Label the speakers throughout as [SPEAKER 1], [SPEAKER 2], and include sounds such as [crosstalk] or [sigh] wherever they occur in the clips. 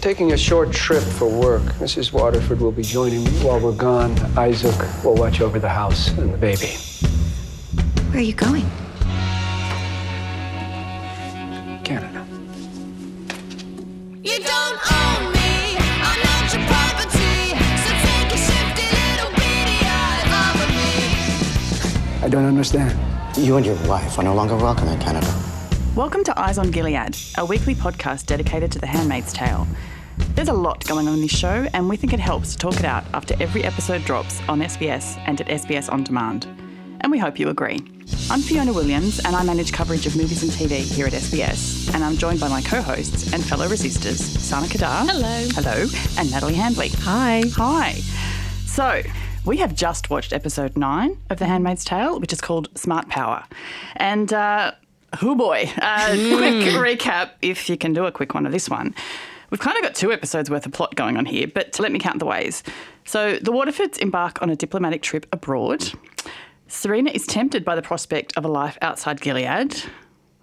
[SPEAKER 1] taking a short trip for work. Mrs. Waterford will be joining me while we're gone. Isaac will watch over the house and the baby.
[SPEAKER 2] Where are you going?
[SPEAKER 1] Canada.
[SPEAKER 3] You don't own me. I'm not your property. So take a shifty little beady eye off of me.
[SPEAKER 1] I don't understand.
[SPEAKER 4] You and your wife are no longer welcome in Canada.
[SPEAKER 5] Welcome to Eyes on Gilead, a weekly podcast dedicated to The Handmaid's Tale. There's a lot going on in this show, and we think it helps to talk it out after every episode drops on SBS and at SBS On Demand. And we hope you agree. I'm Fiona Williams, and I manage coverage of movies and TV here at SBS. And I'm joined by my co hosts and fellow resistors, Sana Kadar.
[SPEAKER 6] Hello.
[SPEAKER 5] Hello. And Natalie Handley.
[SPEAKER 6] Hi.
[SPEAKER 5] Hi. So, we have just watched episode nine of The Handmaid's Tale, which is called Smart Power. And, uh, oh boy, uh, quick recap if you can do a quick one of this one. We've kind of got two episodes worth of plot going on here, but let me count the ways. So, the Waterfords embark on a diplomatic trip abroad. Serena is tempted by the prospect of a life outside Gilead.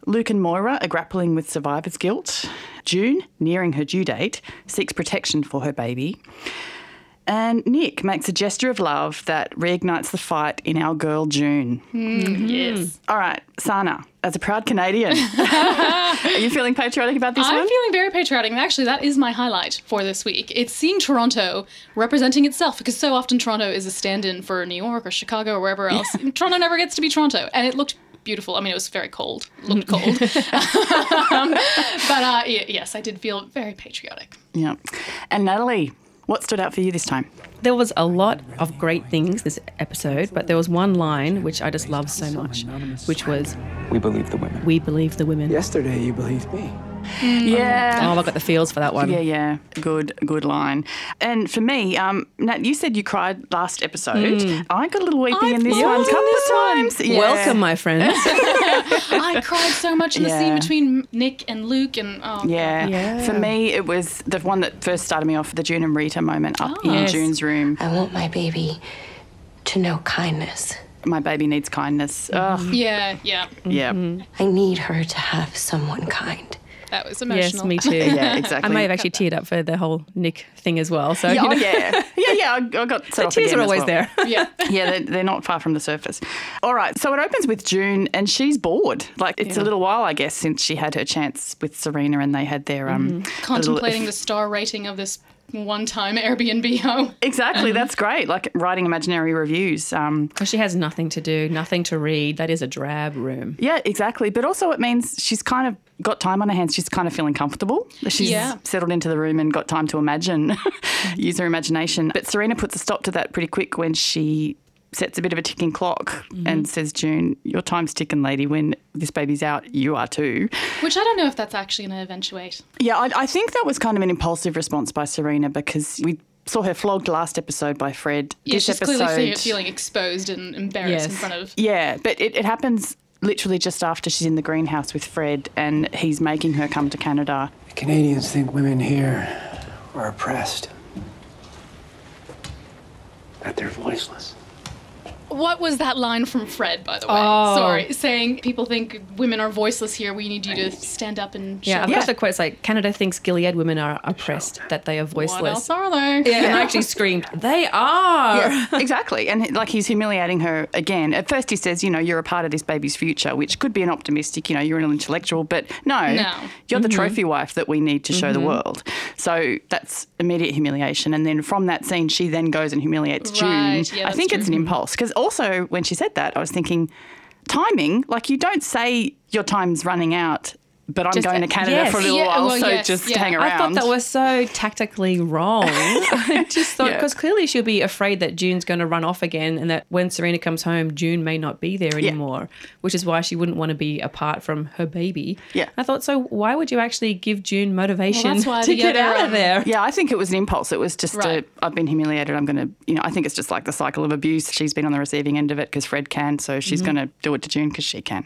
[SPEAKER 5] Luke and Moira are grappling with survivor's guilt. June, nearing her due date, seeks protection for her baby. And Nick makes a gesture of love that reignites the fight in our girl June.
[SPEAKER 6] Yes.
[SPEAKER 5] All right, Sana, as a proud Canadian, [laughs] are you feeling patriotic about this
[SPEAKER 6] I'm
[SPEAKER 5] one?
[SPEAKER 6] feeling very patriotic, and actually, that is my highlight for this week. It's seeing Toronto representing itself because so often Toronto is a stand in for New York or Chicago or wherever else. Toronto never gets to be Toronto, and it looked beautiful. I mean, it was very cold, looked cold. Um, but uh, y- yes, I did feel very patriotic.
[SPEAKER 5] yeah. And Natalie, what stood out for you this time?
[SPEAKER 7] There was a lot of great things this episode, but there was one line which I just loved so much, which was,
[SPEAKER 1] We believe the women.
[SPEAKER 7] "We believe the women."
[SPEAKER 1] Yesterday, you believed me.
[SPEAKER 5] Yeah.
[SPEAKER 7] Oh, I got the feels for that one.
[SPEAKER 5] Yeah, yeah. Good, good line. And for me, um, Nat, you said you cried last episode. Hmm. I got a little weepy in this one a couple of times. Yeah.
[SPEAKER 7] Welcome,
[SPEAKER 5] [laughs]
[SPEAKER 7] my friends.
[SPEAKER 6] I cried so much in the
[SPEAKER 5] Yeah.
[SPEAKER 6] scene between Nick and Luke, and oh,
[SPEAKER 5] Yeah.
[SPEAKER 7] Yeah.
[SPEAKER 5] For me, it was the one that first started me off the June and Rita moment up in
[SPEAKER 7] Yes.
[SPEAKER 5] June's room.
[SPEAKER 8] I want my baby to know kindness.
[SPEAKER 5] My baby needs kindness. Ugh,
[SPEAKER 6] yeah, yeah.
[SPEAKER 5] yeah.
[SPEAKER 7] Mm-hmm.
[SPEAKER 8] I need her to have someone kind.
[SPEAKER 6] That was
[SPEAKER 7] yes,
[SPEAKER 6] emotional.
[SPEAKER 7] me too.
[SPEAKER 5] Yeah,
[SPEAKER 7] I
[SPEAKER 5] exactly.
[SPEAKER 7] may have actually teared up for the whole Nick thing as well. So
[SPEAKER 5] yeah,
[SPEAKER 7] you
[SPEAKER 5] oh,
[SPEAKER 7] know, [laughs]
[SPEAKER 5] yeah. [laughs] Yeah, yeah. I, I got set off
[SPEAKER 7] tears
[SPEAKER 5] again
[SPEAKER 7] are
[SPEAKER 5] as
[SPEAKER 7] always
[SPEAKER 5] well.
[SPEAKER 7] there. [laughs]
[SPEAKER 6] Yeah.
[SPEAKER 5] [laughs] yeah, they're, they're not far from the surface. All right, so it opens with June, and she's bored. Like it's a little while, I guess, since she had her chance with Serena, and they had their
[SPEAKER 7] Mm-hmm.
[SPEAKER 5] um
[SPEAKER 6] Contemplating the star rating of this one time Airbnb home.
[SPEAKER 5] Exactly,
[SPEAKER 7] Uh-huh.
[SPEAKER 5] that's great. Like writing imaginary reviews. Um,
[SPEAKER 7] Well, she has nothing to do, nothing to read. That is a drab room.
[SPEAKER 5] yeah, exactly. But also, it means she's kind of got time on her hands. She's kind of feeling comfortable. She's
[SPEAKER 6] Yeah.
[SPEAKER 5] settled into the room and got time to imagine, [laughs] use her imagination. But Serena puts a stop to that pretty quick when she sets a bit of a ticking clock and says, June, your time's ticking, lady. When this baby's out, you are too.
[SPEAKER 6] Which I don't know if that's actually going to eventuate.
[SPEAKER 5] Yeah, I, I think that was kind of an impulsive response by Serena because we saw her flogged last episode by Fred.
[SPEAKER 6] Yeah,
[SPEAKER 5] this
[SPEAKER 6] she's
[SPEAKER 5] episode,
[SPEAKER 6] clearly fe- feeling exposed and embarrassed in
[SPEAKER 7] Yes.
[SPEAKER 6] front of.
[SPEAKER 5] Yeah, but it, it happens literally just after she's in the greenhouse with Fred and he's making her come to Canada.
[SPEAKER 1] The Canadians think women here are oppressed, that they're voiceless.
[SPEAKER 6] What was that line from Fred, by the way?
[SPEAKER 7] Oh.
[SPEAKER 6] Sorry, saying people think women are voiceless here. We need you to stand up and
[SPEAKER 7] Yeah, I've
[SPEAKER 6] shout.
[SPEAKER 5] Yeah.
[SPEAKER 7] got the quotes like Canada thinks Gilead women are oppressed, that they are
[SPEAKER 6] What else
[SPEAKER 7] voiceless.
[SPEAKER 6] are they?
[SPEAKER 7] Yeah, and I actually screamed, "They are!"
[SPEAKER 6] [laughs]
[SPEAKER 5] exactly. And like he's humiliating her again. At first he says, you know, you're a part of this baby's future, which could be an optimistic, you know, you're an intellectual, but no,
[SPEAKER 6] No. Mm-hmm.
[SPEAKER 5] you're the trophy wife that we need to show the world. So that's immediate humiliation. And then from that scene, she then goes and humiliates
[SPEAKER 6] Right.
[SPEAKER 5] June.
[SPEAKER 6] Yeah,
[SPEAKER 5] I
[SPEAKER 6] that's
[SPEAKER 5] think it's an impulse. Because also when she said that, I was thinking, timing, like you don't say your time's running out. But I'm
[SPEAKER 7] Just-
[SPEAKER 5] going to Canada
[SPEAKER 7] yes.
[SPEAKER 5] for a little
[SPEAKER 6] Yeah,
[SPEAKER 5] while,
[SPEAKER 6] well,
[SPEAKER 5] so
[SPEAKER 6] yes,
[SPEAKER 5] just
[SPEAKER 6] yeah.
[SPEAKER 5] hang around.
[SPEAKER 7] I thought that was so
[SPEAKER 5] [laughs]
[SPEAKER 7] tactically wrong. I just thought
[SPEAKER 5] Yeah.
[SPEAKER 7] because clearly she'll be afraid that June's going to run off again, and that when Serena comes home, June may not be there anymore, which is why she wouldn't want to be apart from her baby.
[SPEAKER 5] Yeah.
[SPEAKER 7] I thought so. Why would you actually give June motivation
[SPEAKER 6] that's why
[SPEAKER 7] [laughs] to
[SPEAKER 6] the
[SPEAKER 7] get
[SPEAKER 6] other,
[SPEAKER 7] out
[SPEAKER 6] um,
[SPEAKER 7] of there?
[SPEAKER 5] Yeah, I think it was an impulse. It was just i a,
[SPEAKER 6] Right.
[SPEAKER 5] I've been humiliated. I'm going to, you know, I think it's just like the cycle of abuse. She's been on the receiving end of it because Fred can, so she's
[SPEAKER 7] Mm-hmm.
[SPEAKER 5] going to do it to June because she can.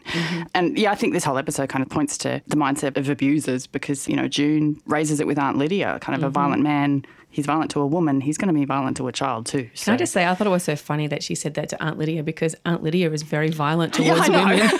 [SPEAKER 5] And yeah, I think this whole episode kind of points to the mindset of abusers because, you know, June raises it with Aunt Lydia, kind
[SPEAKER 7] Mm-hmm.
[SPEAKER 5] of a violent man. He's violent to a woman. He's going to be violent to a child too. So.
[SPEAKER 7] Can I just um, say, I thought it was so funny that she said that to Aunt Lydia because Aunt Lydia is very violent
[SPEAKER 5] [laughs] Yeah,
[SPEAKER 7] towards
[SPEAKER 5] I know.
[SPEAKER 6] [laughs]
[SPEAKER 7] women.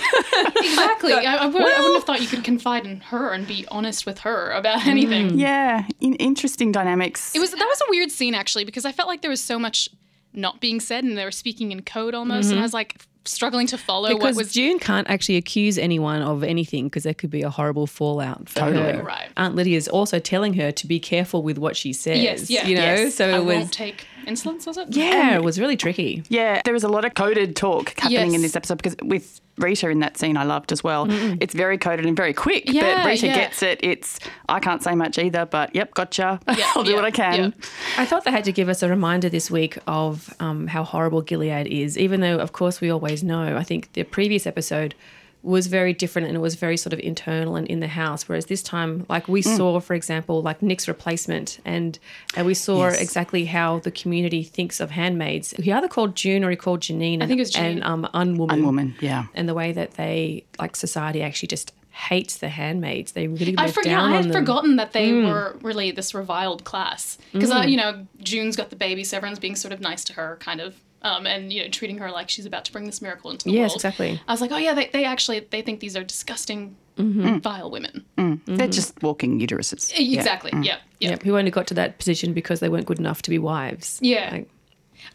[SPEAKER 6] exactly. I, I, would, I wouldn't have thought you could confide in her and be honest with her
[SPEAKER 7] Mm.
[SPEAKER 6] about anything.
[SPEAKER 5] Yeah, in- interesting dynamics.
[SPEAKER 6] It was that was a weird scene actually because I felt like there was so much not being said and they were speaking in code almost, and I was like struggling to follow
[SPEAKER 7] Mm-hmm. because
[SPEAKER 6] what was
[SPEAKER 7] June can't actually accuse anyone of anything because there could be a horrible fallout for
[SPEAKER 5] Totally.
[SPEAKER 7] her.
[SPEAKER 6] Right.
[SPEAKER 7] Aunt Lydia's also telling her to be careful with what she says.
[SPEAKER 6] yes, yeah,
[SPEAKER 7] you know.
[SPEAKER 6] yes.
[SPEAKER 7] So
[SPEAKER 6] I
[SPEAKER 7] it was
[SPEAKER 6] won't take insolence, was it?
[SPEAKER 7] yeah, it was really tricky.
[SPEAKER 5] Yeah, there was a lot of coded talk happening in
[SPEAKER 6] Yes.
[SPEAKER 5] this episode because with Rita in that scene, I loved as well. It's very coded and very quick,
[SPEAKER 6] Yeah,
[SPEAKER 5] but Rita
[SPEAKER 6] yeah.
[SPEAKER 5] gets it. It's I can't say much either, but yep, gotcha. [laughs]
[SPEAKER 6] Yeah,
[SPEAKER 5] I'll do
[SPEAKER 6] yeah,
[SPEAKER 5] what I can.
[SPEAKER 6] yeah.
[SPEAKER 7] I thought they had to give us a reminder this week of um, how horrible Gilead is, even though, of course, we always know. I think the previous episode was very different and it was very sort of internal and in the house, whereas this time, like we
[SPEAKER 6] Mm.
[SPEAKER 7] saw, for example, like Nick's replacement, and, and we saw exactly how the community thinks of handmaids. He either called June or he called Janine. I
[SPEAKER 6] think it was
[SPEAKER 7] And
[SPEAKER 6] Janine.
[SPEAKER 7] um, unwoman.
[SPEAKER 5] Unwoman, yeah.
[SPEAKER 7] And the way that they, like society, actually just hates the handmaids. They really
[SPEAKER 6] I
[SPEAKER 7] look
[SPEAKER 6] forgot.
[SPEAKER 7] down
[SPEAKER 6] I
[SPEAKER 7] on Hmm.
[SPEAKER 6] had
[SPEAKER 7] them.
[SPEAKER 6] forgotten that they were really this reviled class because
[SPEAKER 7] Hmm.
[SPEAKER 6] you know June's got the baby, so everyone's being sort of nice to her, kind of, um, and you know treating her like she's about to bring this miracle into the
[SPEAKER 7] Yes,
[SPEAKER 6] world.
[SPEAKER 7] exactly.
[SPEAKER 6] I was like, oh yeah, they, they actually they think these are disgusting,
[SPEAKER 7] Mm-hmm.
[SPEAKER 6] vile women. Mm-hmm.
[SPEAKER 5] They're just walking uteruses.
[SPEAKER 6] E- Exactly. Yeah. Yeah.
[SPEAKER 7] Yep, who only got to that position because they weren't good enough to be wives.
[SPEAKER 6] Yeah.
[SPEAKER 7] Like,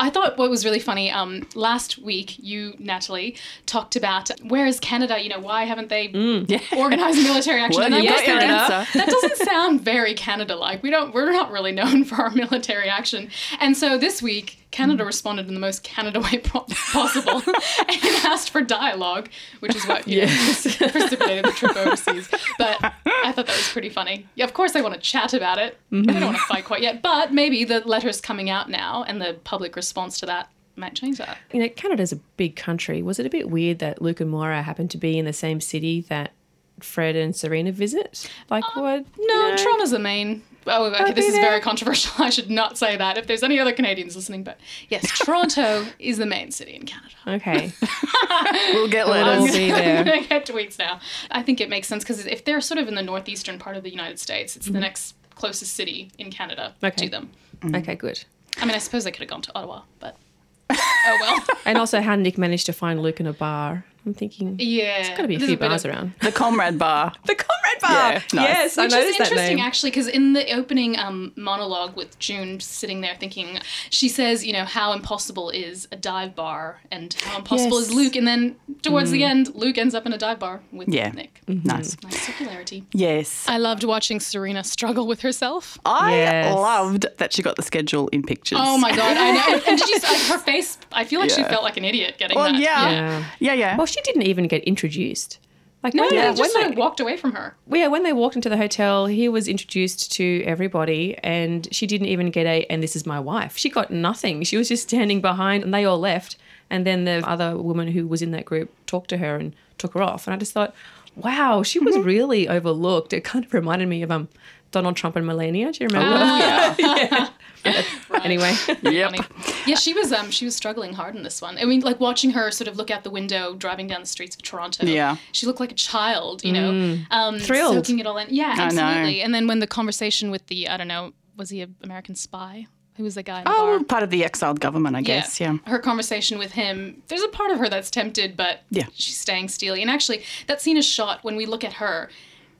[SPEAKER 6] I thought what was really funny um, last week, you, Natalie, talked about where is Canada? You know, why haven't they
[SPEAKER 7] Mm. [laughs]
[SPEAKER 6] organized military action?
[SPEAKER 5] Well,
[SPEAKER 6] And I
[SPEAKER 5] you
[SPEAKER 6] was
[SPEAKER 5] got your
[SPEAKER 6] thinking,
[SPEAKER 5] answer.
[SPEAKER 6] that doesn't sound very Canada like. We don't, we're not really known for our military action. And so this week, Canada responded in the most Canada way po- possible and asked for dialogue, which is what you know, [laughs] precipitated the trip overseas. But I thought that was pretty funny. Yeah, of course, they want to chat about it. They don't want to fight quite yet. But maybe the letters coming out now and the public response to that might change that.
[SPEAKER 7] you know, Canada's a big country. Was it a bit weird that Luke and Moira happened to be in the same city that Fred and Serena visit? Like, what?
[SPEAKER 6] Um, No,
[SPEAKER 7] you know?
[SPEAKER 6] Toronto's the main. Oh, okay. This
[SPEAKER 7] be
[SPEAKER 6] is
[SPEAKER 7] there.
[SPEAKER 6] very controversial. [laughs] I should not say that. If there's any other Canadians listening, but yes,
[SPEAKER 7] [laughs]
[SPEAKER 6] Toronto is the main city in Canada. [laughs]
[SPEAKER 7] Okay.
[SPEAKER 5] We'll get letters.
[SPEAKER 7] We'll be
[SPEAKER 6] I'm [laughs]
[SPEAKER 7] there.
[SPEAKER 6] gonna get tweets now. I think it makes sense because if they're sort of in the northeastern part of the United States, it's the next closest city in Canada
[SPEAKER 7] Mm-hmm. Okay.
[SPEAKER 6] to them.
[SPEAKER 7] Okay, good.
[SPEAKER 6] I mean, I suppose they could have gone to Ottawa, but
[SPEAKER 7] [laughs]
[SPEAKER 6] oh well.
[SPEAKER 7] And also how Nick managed to find Luke in a bar. I'm thinking,
[SPEAKER 6] Yeah,
[SPEAKER 7] got to be a
[SPEAKER 6] There's
[SPEAKER 7] few
[SPEAKER 6] bit
[SPEAKER 7] bars
[SPEAKER 6] of- [laughs]
[SPEAKER 7] around.
[SPEAKER 5] The comrade bar.
[SPEAKER 7] The Comrade Bar.
[SPEAKER 5] Yeah, nice.
[SPEAKER 7] Yes, I
[SPEAKER 6] Which is
[SPEAKER 7] noticed that
[SPEAKER 6] interesting,
[SPEAKER 7] name.
[SPEAKER 6] actually, because in the opening um, monologue with June sitting there thinking, she says, you know, how impossible is a dive bar and how impossible
[SPEAKER 7] Yes. Mm.
[SPEAKER 6] is Luke. And then towards the end, Luke ends up in a dive bar with
[SPEAKER 5] Yeah. Mm-hmm.
[SPEAKER 6] Nick.
[SPEAKER 5] Nice.
[SPEAKER 6] Nice circularity.
[SPEAKER 5] Yes.
[SPEAKER 6] I loved watching Serena struggle with herself.
[SPEAKER 5] I
[SPEAKER 7] Yes.
[SPEAKER 5] loved that she got the schedule in pictures.
[SPEAKER 6] Oh my god! I know.
[SPEAKER 7] [laughs]
[SPEAKER 6] And, and did you? Like, her face. I feel like she
[SPEAKER 5] Yeah.
[SPEAKER 6] felt like an idiot getting
[SPEAKER 5] Well,
[SPEAKER 6] that.
[SPEAKER 5] yeah.
[SPEAKER 7] Yeah.
[SPEAKER 5] Yeah, yeah.
[SPEAKER 7] Well, she didn't even get introduced. Like,
[SPEAKER 6] No,
[SPEAKER 7] when
[SPEAKER 6] they
[SPEAKER 7] they-
[SPEAKER 6] just
[SPEAKER 7] when
[SPEAKER 6] sort
[SPEAKER 7] they-
[SPEAKER 6] of walked away from her.
[SPEAKER 7] Well, yeah, when they walked into the hotel, he was introduced to everybody, and she didn't even get a, and this is my wife. She got nothing. She was just standing behind, and they all left. And then the other woman who was in that group talked to her and took her off. And I just thought, wow, she was really overlooked. It kind of reminded me of um, Donald Trump and Melania. Do you remember? [laughs] Anyway,
[SPEAKER 5] Yep.
[SPEAKER 6] Funny. Yeah, she was um she was struggling hard in this one. I mean, like watching her sort of look out the window driving down the streets of Toronto.
[SPEAKER 5] Yeah. Mm.
[SPEAKER 6] She looked like a child, you know. Um
[SPEAKER 7] Thrilled.
[SPEAKER 6] soaking it all in. Yeah,
[SPEAKER 5] know.
[SPEAKER 6] absolutely. And then when the conversation with the I don't know, was he an American spy? Who was the guy in the
[SPEAKER 5] Oh,
[SPEAKER 6] bar?
[SPEAKER 5] part of the exiled government, I guess. Yeah.
[SPEAKER 6] Her conversation with him, there's a part of her that's tempted, but
[SPEAKER 5] Yeah.
[SPEAKER 6] she's staying steely. And actually, that scene is shot when we look at her,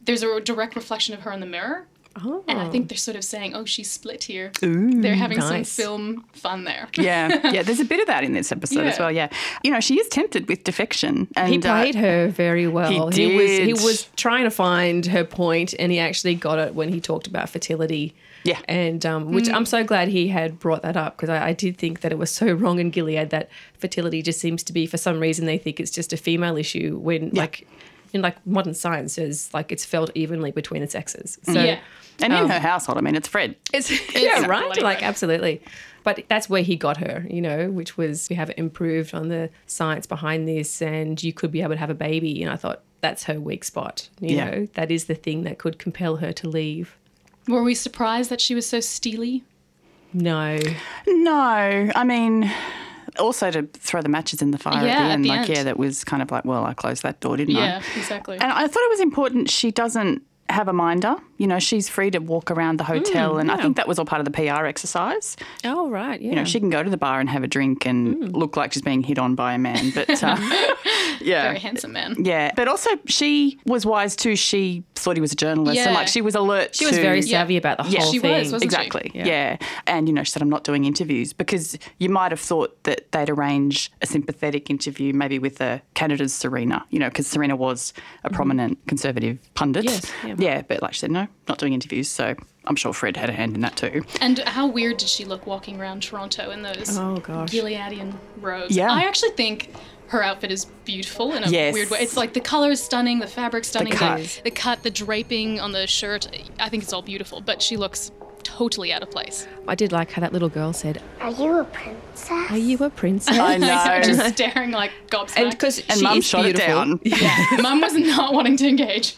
[SPEAKER 6] there's a direct reflection of her in the mirror. Oh. And I think they're sort of saying, oh, she's split here. they're having some
[SPEAKER 7] nice.
[SPEAKER 6] film fun there. [laughs]
[SPEAKER 5] Yeah, yeah. There's a bit of that in this episode as
[SPEAKER 6] Yeah.
[SPEAKER 5] well. Yeah, you know, she is tempted with defection, and
[SPEAKER 7] he played
[SPEAKER 5] uh,
[SPEAKER 7] her very well. He, was he
[SPEAKER 5] did.
[SPEAKER 7] was trying to find her point, and he actually got it when he talked about fertility.
[SPEAKER 5] Yeah.
[SPEAKER 7] and um, which I'm so glad he had brought that up because I, I did think that it was so [laughs] wrong in Gilead that fertility just seems to be for some reason they think it's just a female issue when like in like modern science says like it's felt evenly between the sexes. So
[SPEAKER 6] Yeah.
[SPEAKER 5] and in her household. I mean, it's Fred.
[SPEAKER 7] it's [laughs] yeah,
[SPEAKER 6] not
[SPEAKER 7] right.
[SPEAKER 6] bloody
[SPEAKER 7] Like
[SPEAKER 6] good.
[SPEAKER 7] absolutely. But that's where he got her, you know, which was we have improved on the science behind this and you could be able to have a baby. And I thought that's her weak spot, you
[SPEAKER 5] Yeah.
[SPEAKER 7] know, that is the thing that could compel her to leave.
[SPEAKER 6] Were we surprised that she was so steely?
[SPEAKER 7] No.
[SPEAKER 5] No, I mean, also to throw the matches in the fire
[SPEAKER 6] Yeah,
[SPEAKER 5] at the
[SPEAKER 6] at
[SPEAKER 5] end.
[SPEAKER 6] the
[SPEAKER 5] like,
[SPEAKER 6] end.
[SPEAKER 5] yeah, that was kind of like, well, I closed that door, didn't I?
[SPEAKER 6] exactly.
[SPEAKER 5] And I thought it was important she doesn't have a minder. You know, she's free to walk around the hotel, and I think that was all part of the PR exercise.
[SPEAKER 7] Oh, right. Yeah.
[SPEAKER 5] You know, she can go to the bar and have a drink and look like she's being hit on by a man, but [laughs] uh, yeah,
[SPEAKER 6] Very handsome man.
[SPEAKER 5] Yeah, but also she was wise too. She thought he was a journalist, and
[SPEAKER 6] Yeah.
[SPEAKER 5] like she was alert.
[SPEAKER 7] She was very
[SPEAKER 5] to-
[SPEAKER 7] savvy about the
[SPEAKER 5] Yeah.
[SPEAKER 7] whole
[SPEAKER 6] She
[SPEAKER 7] thing.
[SPEAKER 6] was, wasn't
[SPEAKER 5] Exactly. Yeah. And, you know, she said, I'm not doing interviews because you might have thought that they'd arrange a sympathetic interview, maybe with uh, Canada's Serena, you know, because Serena was a prominent conservative pundit.
[SPEAKER 7] Yes, yeah.
[SPEAKER 5] But like she said, no, not doing interviews. So I'm sure Fred had a hand in that too.
[SPEAKER 6] And how weird did she look walking around Toronto in those
[SPEAKER 7] Oh, gosh.
[SPEAKER 6] Gileadian robes?
[SPEAKER 5] Yeah.
[SPEAKER 6] I actually think her outfit is beautiful in a
[SPEAKER 5] Yes.
[SPEAKER 6] weird way. It's like the color is stunning, the fabric stunning, the
[SPEAKER 5] cut.
[SPEAKER 6] The, cut, the draping on the shirt. I think it's all beautiful, but she looks totally out of place.
[SPEAKER 7] I did like how that little girl said,
[SPEAKER 9] Are you a princess?
[SPEAKER 7] Are you a princess?
[SPEAKER 5] I know.
[SPEAKER 6] Just staring like gobsmacked.
[SPEAKER 7] and because
[SPEAKER 5] [laughs] and
[SPEAKER 7] she
[SPEAKER 5] mum
[SPEAKER 7] is
[SPEAKER 5] shot
[SPEAKER 7] beautiful.
[SPEAKER 5] it
[SPEAKER 7] [laughs]
[SPEAKER 5] down.
[SPEAKER 6] yeah, mum was not wanting to engage.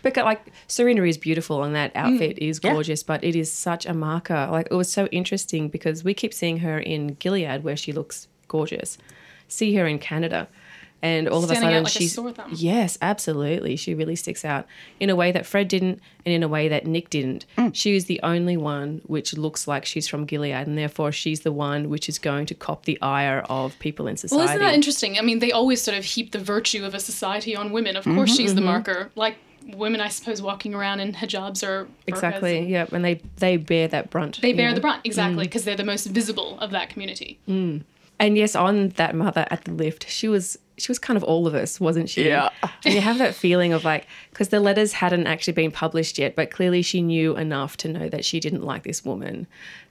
[SPEAKER 7] But like Serena is beautiful and that
[SPEAKER 6] Mm.
[SPEAKER 7] outfit is gorgeous, but it is such a marker. Like it was so interesting because we keep seeing her in Gilead where she looks gorgeous. See her in Canada. And all of a
[SPEAKER 6] Standing out
[SPEAKER 7] sudden
[SPEAKER 6] like a
[SPEAKER 7] she's
[SPEAKER 6] sore thumb.
[SPEAKER 7] Yes, absolutely. She really sticks out in a way that Fred didn't and in a way that Nick didn't.
[SPEAKER 6] Mm.
[SPEAKER 7] She is the only one which looks like she's from Gilead and therefore she's the one which is going to cop the ire of people in society.
[SPEAKER 6] Well, isn't that interesting? I mean, they always sort of heap the virtue of a society on women. Of course, she's the marker. Like women, I suppose, walking around in hijabs or burqas
[SPEAKER 7] Exactly. Yeah, and they they bear that brunt.
[SPEAKER 6] They
[SPEAKER 7] you
[SPEAKER 6] bear
[SPEAKER 7] know?
[SPEAKER 6] the brunt, exactly, because they're the most visible of that community.
[SPEAKER 7] And yes, on that mother at the lift, she was she was kind of all of us, wasn't she?
[SPEAKER 5] Yeah.
[SPEAKER 7] And you have that feeling of like because the letters hadn't actually been published yet, but clearly she knew enough to know that she didn't like this woman.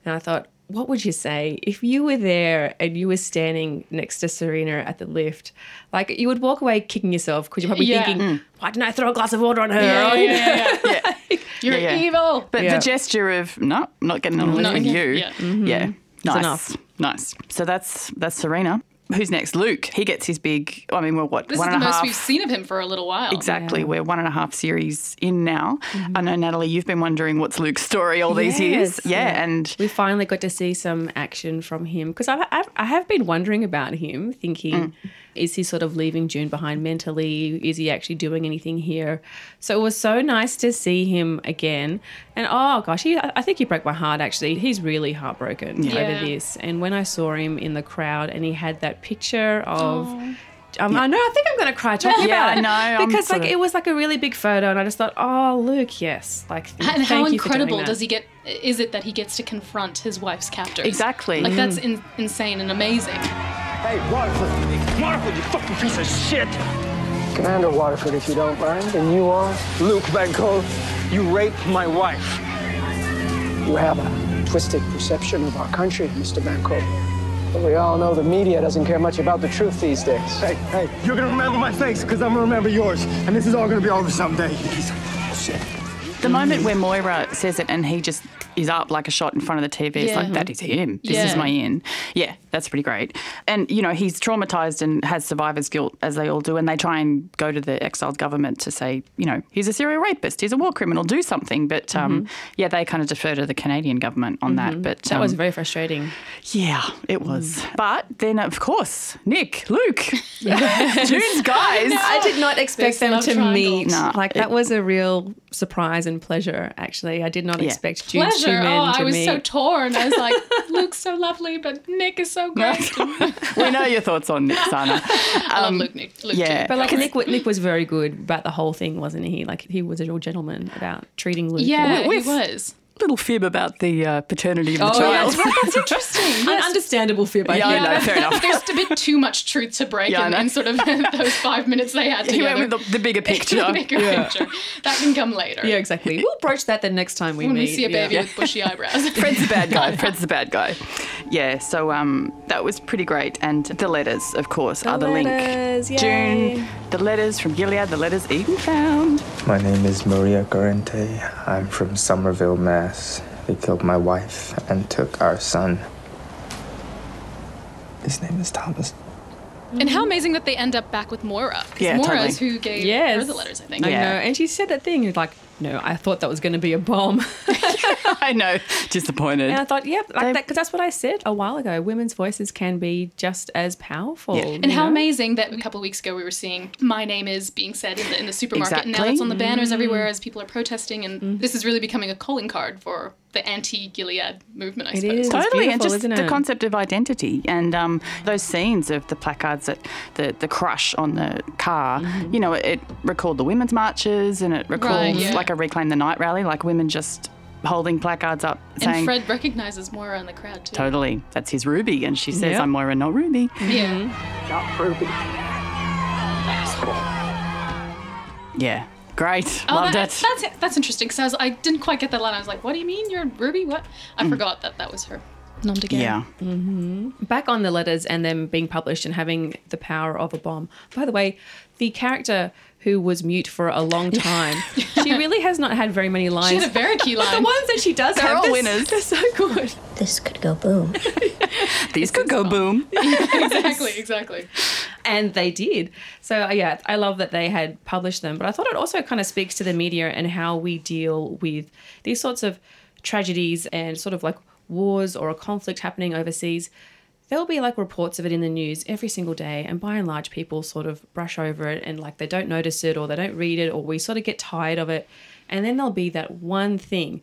[SPEAKER 7] And I thought, what would you say if you were there and you were standing next to Serena at the lift? Like you would walk away kicking yourself because you're probably
[SPEAKER 6] Yeah. Mm.
[SPEAKER 7] thinking, why didn't I throw a glass of water on her?
[SPEAKER 6] Yeah,
[SPEAKER 7] Or,
[SPEAKER 6] yeah,
[SPEAKER 7] [laughs] you know,
[SPEAKER 6] yeah, yeah. You're
[SPEAKER 5] Yeah, yeah.
[SPEAKER 6] evil.
[SPEAKER 5] But
[SPEAKER 7] Yeah.
[SPEAKER 5] the gesture of no, not getting on a lift
[SPEAKER 6] Not
[SPEAKER 5] with
[SPEAKER 6] again.
[SPEAKER 5] you.
[SPEAKER 6] Yeah.
[SPEAKER 5] Yeah. Nice.
[SPEAKER 7] enough.
[SPEAKER 5] Nice. So that's that's Serena. Who's next? Luke. He gets his big. I mean, we're what
[SPEAKER 6] this
[SPEAKER 5] one
[SPEAKER 6] is
[SPEAKER 5] and
[SPEAKER 6] the
[SPEAKER 5] a
[SPEAKER 6] most
[SPEAKER 5] half.
[SPEAKER 6] we've seen of him for a little while.
[SPEAKER 5] Exactly. We're one and a half series in now. I know, Natalie, you've been wondering what's Luke's story all these years.
[SPEAKER 7] Yes.
[SPEAKER 5] Yeah, And
[SPEAKER 7] we finally got to see some action from him because I've, I've, I have been wondering about him, thinking,
[SPEAKER 5] Mm.
[SPEAKER 7] is he sort of leaving June behind mentally? Is he actually doing anything here? So it was so nice to see him again. And oh gosh, he, I I think he broke my heart actually. He's really heartbroken
[SPEAKER 6] Yeah.
[SPEAKER 7] over this. And when I saw him in the crowd and he had that picture of. Um, I know. I think I'm going to cry talking
[SPEAKER 5] Yeah,
[SPEAKER 7] about it
[SPEAKER 5] I know, I'm
[SPEAKER 7] because,
[SPEAKER 5] sort
[SPEAKER 7] like,
[SPEAKER 5] of-
[SPEAKER 7] it was like a really big photo, and I just thought, oh, Luke, yes, like, th-
[SPEAKER 6] And
[SPEAKER 7] thank
[SPEAKER 6] how
[SPEAKER 7] you for doing
[SPEAKER 6] incredible
[SPEAKER 7] that.
[SPEAKER 6] does he get? Is it that he gets to confront his wife's captors?
[SPEAKER 5] Exactly.
[SPEAKER 6] Like that's in, insane and amazing.
[SPEAKER 1] Hey, Waterford. Waterford, you fucking piece of shit. Commander Waterford, if you don't mind, and you are? Luke Van Cole, you raped my wife. You have a twisted perception of our country, Mr. Van Cole. But we all know the media doesn't care much about the truth these days.
[SPEAKER 10] Hey, hey, you're gonna remember my face because I'm gonna remember yours. And this is all gonna be over someday. You piece of shit.
[SPEAKER 5] the moment where Moira says it and he just is up like a shot in front of the TV, it's
[SPEAKER 6] Yeah.
[SPEAKER 5] like, that is him. This is
[SPEAKER 6] Yeah.
[SPEAKER 5] my in. Yeah, that's pretty great. And, you know, he's traumatized and has survivor's guilt, as they all do. And they try and go to the exiled government to say, you know, he's a serial rapist, he's a war criminal, do something. But um, yeah, they kind of defer to the Canadian government on that. But
[SPEAKER 7] That was
[SPEAKER 5] um,
[SPEAKER 7] very frustrating.
[SPEAKER 5] Yeah, it was. But then, of course, Nick, Luke, [laughs] June's [laughs] guys.
[SPEAKER 7] I did not
[SPEAKER 6] This
[SPEAKER 7] expect them
[SPEAKER 6] love
[SPEAKER 7] to
[SPEAKER 6] triangle.
[SPEAKER 7] meet.
[SPEAKER 5] Nah,
[SPEAKER 7] like that was a real surprise and pleasure. Actually, I did not
[SPEAKER 5] Yeah.
[SPEAKER 7] expect Jude's
[SPEAKER 6] Pleasure.
[SPEAKER 7] two
[SPEAKER 6] Oh,
[SPEAKER 7] men to
[SPEAKER 6] I was
[SPEAKER 7] meet.
[SPEAKER 6] so torn. I was like, Luke's so lovely, but Nick is so great.
[SPEAKER 5] we know your thoughts on Nick, Sana.
[SPEAKER 6] I love Luke. Nick. Luke
[SPEAKER 5] yeah.
[SPEAKER 6] too.
[SPEAKER 7] but like Nick, Nick was very good about the whole thing, wasn't he? Like he was a real gentleman about treating Luke.
[SPEAKER 6] yeah,
[SPEAKER 5] we-
[SPEAKER 6] he was.
[SPEAKER 5] [laughs] Little fib about the uh, paternity of the
[SPEAKER 7] Oh, yeah,
[SPEAKER 5] child.
[SPEAKER 7] that's right.
[SPEAKER 6] That's interesting.
[SPEAKER 7] [laughs] An understandable fear by
[SPEAKER 5] Yeah, I
[SPEAKER 7] him.
[SPEAKER 5] know,
[SPEAKER 6] [laughs]
[SPEAKER 5] fair [laughs] enough.
[SPEAKER 6] There's a bit too much truth to break
[SPEAKER 5] Yeah, I
[SPEAKER 6] in,
[SPEAKER 5] know.
[SPEAKER 6] in sort of [laughs] those five minutes they
[SPEAKER 5] [laughs]
[SPEAKER 6] had
[SPEAKER 5] He
[SPEAKER 6] together.
[SPEAKER 5] went with
[SPEAKER 6] [laughs]
[SPEAKER 5] the, the bigger picture.
[SPEAKER 6] The bigger picture. That can come later.
[SPEAKER 7] Yeah, exactly. We'll broach that the next time we
[SPEAKER 6] When we
[SPEAKER 7] meet.
[SPEAKER 6] see a
[SPEAKER 7] yeah.
[SPEAKER 6] baby
[SPEAKER 5] [laughs]
[SPEAKER 6] with bushy eyebrows.
[SPEAKER 5] [laughs] Fred's the bad guy. Fred's the bad guy. Yeah, so um, that was pretty great. And the letters, of course, are the
[SPEAKER 7] letters,
[SPEAKER 5] link.
[SPEAKER 7] yay.
[SPEAKER 5] June, the letters from Gilead, the letters Eden found.
[SPEAKER 11] My name is Maria Garente. I'm from Somerville, Mass. They killed my wife and took our son. His name is Thomas.
[SPEAKER 6] And how amazing that they end up back with Moira. 'cause
[SPEAKER 5] Yeah,
[SPEAKER 6] Moira
[SPEAKER 5] totally.
[SPEAKER 6] is who gave her the letters, I think.
[SPEAKER 7] I know. And she said that thing, like, no, I thought that was going to be a bomb.
[SPEAKER 5] [laughs]
[SPEAKER 7] [laughs]
[SPEAKER 5] I know. Disappointed.
[SPEAKER 7] And I thought, yeah, like that, because that's what I said a while ago. Women's voices can be just as powerful.
[SPEAKER 5] Yeah. And
[SPEAKER 6] And
[SPEAKER 7] you
[SPEAKER 6] how
[SPEAKER 7] know?
[SPEAKER 6] amazing that a couple of weeks ago we were seeing "My name is" being said in the, in the supermarket, and now
[SPEAKER 5] Exactly. Mm-hmm.
[SPEAKER 6] it's on the banners everywhere as people are protesting, and this is really becoming a calling card for the anti-Gilead movement. I
[SPEAKER 7] It
[SPEAKER 6] suppose.
[SPEAKER 7] is.
[SPEAKER 5] Totally, and
[SPEAKER 7] beautiful,
[SPEAKER 5] just
[SPEAKER 7] isn't
[SPEAKER 5] the
[SPEAKER 7] it?
[SPEAKER 5] concept of identity and um, those scenes of the placards that the, the crush on the car, you know, it, it recalled the women's marches and it recalled
[SPEAKER 6] Mm-hmm. yeah.
[SPEAKER 5] like a reclaim the night rally, like women just holding placards up
[SPEAKER 6] And
[SPEAKER 5] saying,
[SPEAKER 6] Fred recognizes Moira in the crowd too.
[SPEAKER 5] "Totally, that's his Ruby," and she says,
[SPEAKER 7] Yeah.
[SPEAKER 5] "I'm Moira, not Ruby."
[SPEAKER 6] Mm.
[SPEAKER 7] Mm-hmm.
[SPEAKER 6] Yeah,
[SPEAKER 1] Not Ruby.
[SPEAKER 5] Yeah, great,
[SPEAKER 6] Oh,
[SPEAKER 5] loved
[SPEAKER 6] that-
[SPEAKER 5] it.
[SPEAKER 6] That's that's interesting because I, was- I didn't quite get that line. I was like, "What do you mean you're Ruby? What?" I
[SPEAKER 7] Mm.
[SPEAKER 6] forgot that that was her. Nom de guerre.
[SPEAKER 5] yeah,
[SPEAKER 7] back on the letters and them being published and having the power of a bomb. By the way, the character who was mute for a long time, she really has not had very many lines.
[SPEAKER 6] She had a very key
[SPEAKER 7] But the
[SPEAKER 6] line.
[SPEAKER 7] ones that she does
[SPEAKER 5] They're
[SPEAKER 7] have,
[SPEAKER 5] all
[SPEAKER 7] they're-
[SPEAKER 5] winners.
[SPEAKER 7] They're so good.
[SPEAKER 9] This could go boom.
[SPEAKER 5] these could go boom.
[SPEAKER 6] [laughs] exactly, exactly.
[SPEAKER 7] [laughs] and they did. So uh, yeah, I love that they had published them, but I thought it also kind of speaks to the media and how we deal with these sorts of tragedies and sort of like wars or a conflict happening overseas. There'll be like reports of it in the news every single day, and by and large, people sort of brush over it and like they don't notice it or they don't read it or we sort of get tired of it. And then there'll be that one thing.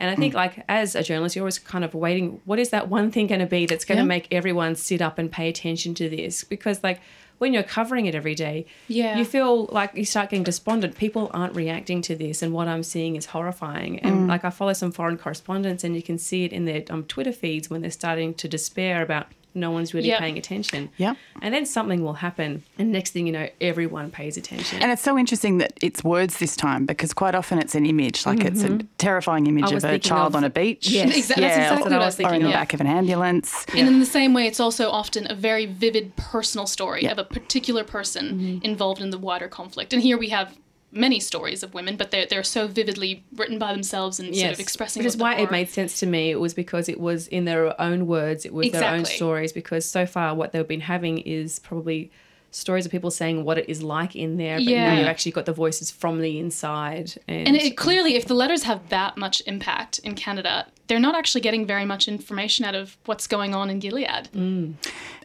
[SPEAKER 7] And I think,
[SPEAKER 6] Hmm.
[SPEAKER 7] like, as a journalist, you're always kind of waiting what is that one thing going to be that's going to make everyone sit up and pay attention to this? Because, like, when you're covering it every day,
[SPEAKER 6] Yeah.
[SPEAKER 7] you feel like you start getting despondent. People aren't reacting to this, and what I'm seeing is horrifying. And,
[SPEAKER 6] Hmm.
[SPEAKER 7] like, I follow some foreign correspondents, and you can see it in their um, Twitter feeds when they're starting to despair about no one's really
[SPEAKER 6] Yep.
[SPEAKER 7] paying attention.
[SPEAKER 5] Yep.
[SPEAKER 7] And then something will happen, and next thing you know, everyone pays attention.
[SPEAKER 5] And it's so interesting that it's words this time because quite often it's an image, like it's a
[SPEAKER 6] Mm-hmm.
[SPEAKER 5] terrifying image
[SPEAKER 7] I
[SPEAKER 5] of
[SPEAKER 7] was
[SPEAKER 5] a
[SPEAKER 7] thinking
[SPEAKER 5] child
[SPEAKER 7] of-
[SPEAKER 5] on a beach.
[SPEAKER 7] Yes.
[SPEAKER 6] Exa- that's [laughs] exactly
[SPEAKER 5] or-
[SPEAKER 6] what I was
[SPEAKER 5] Or in
[SPEAKER 6] thinking
[SPEAKER 5] the
[SPEAKER 6] of.
[SPEAKER 5] back of an ambulance.
[SPEAKER 6] And in the same way, it's also often a very vivid personal story
[SPEAKER 5] Yeah.
[SPEAKER 6] of a particular person
[SPEAKER 7] Mm-hmm.
[SPEAKER 6] involved in the wider conflict. And here we have many stories of women, but they're, they're so vividly written by themselves and sort of expressing
[SPEAKER 7] which is
[SPEAKER 6] what
[SPEAKER 7] why
[SPEAKER 6] they
[SPEAKER 7] it
[SPEAKER 6] are.
[SPEAKER 7] made sense to me it was because it was in their own words it was their own
[SPEAKER 6] Exactly.
[SPEAKER 7] stories because so far what they've been having is probably stories of people saying what it is like in there but now
[SPEAKER 6] Yeah.
[SPEAKER 7] you've actually got the voices from the inside and,
[SPEAKER 6] And it, clearly, if the letters have that much impact in Canada, they're not actually getting very much information out of what's going on in Gilead.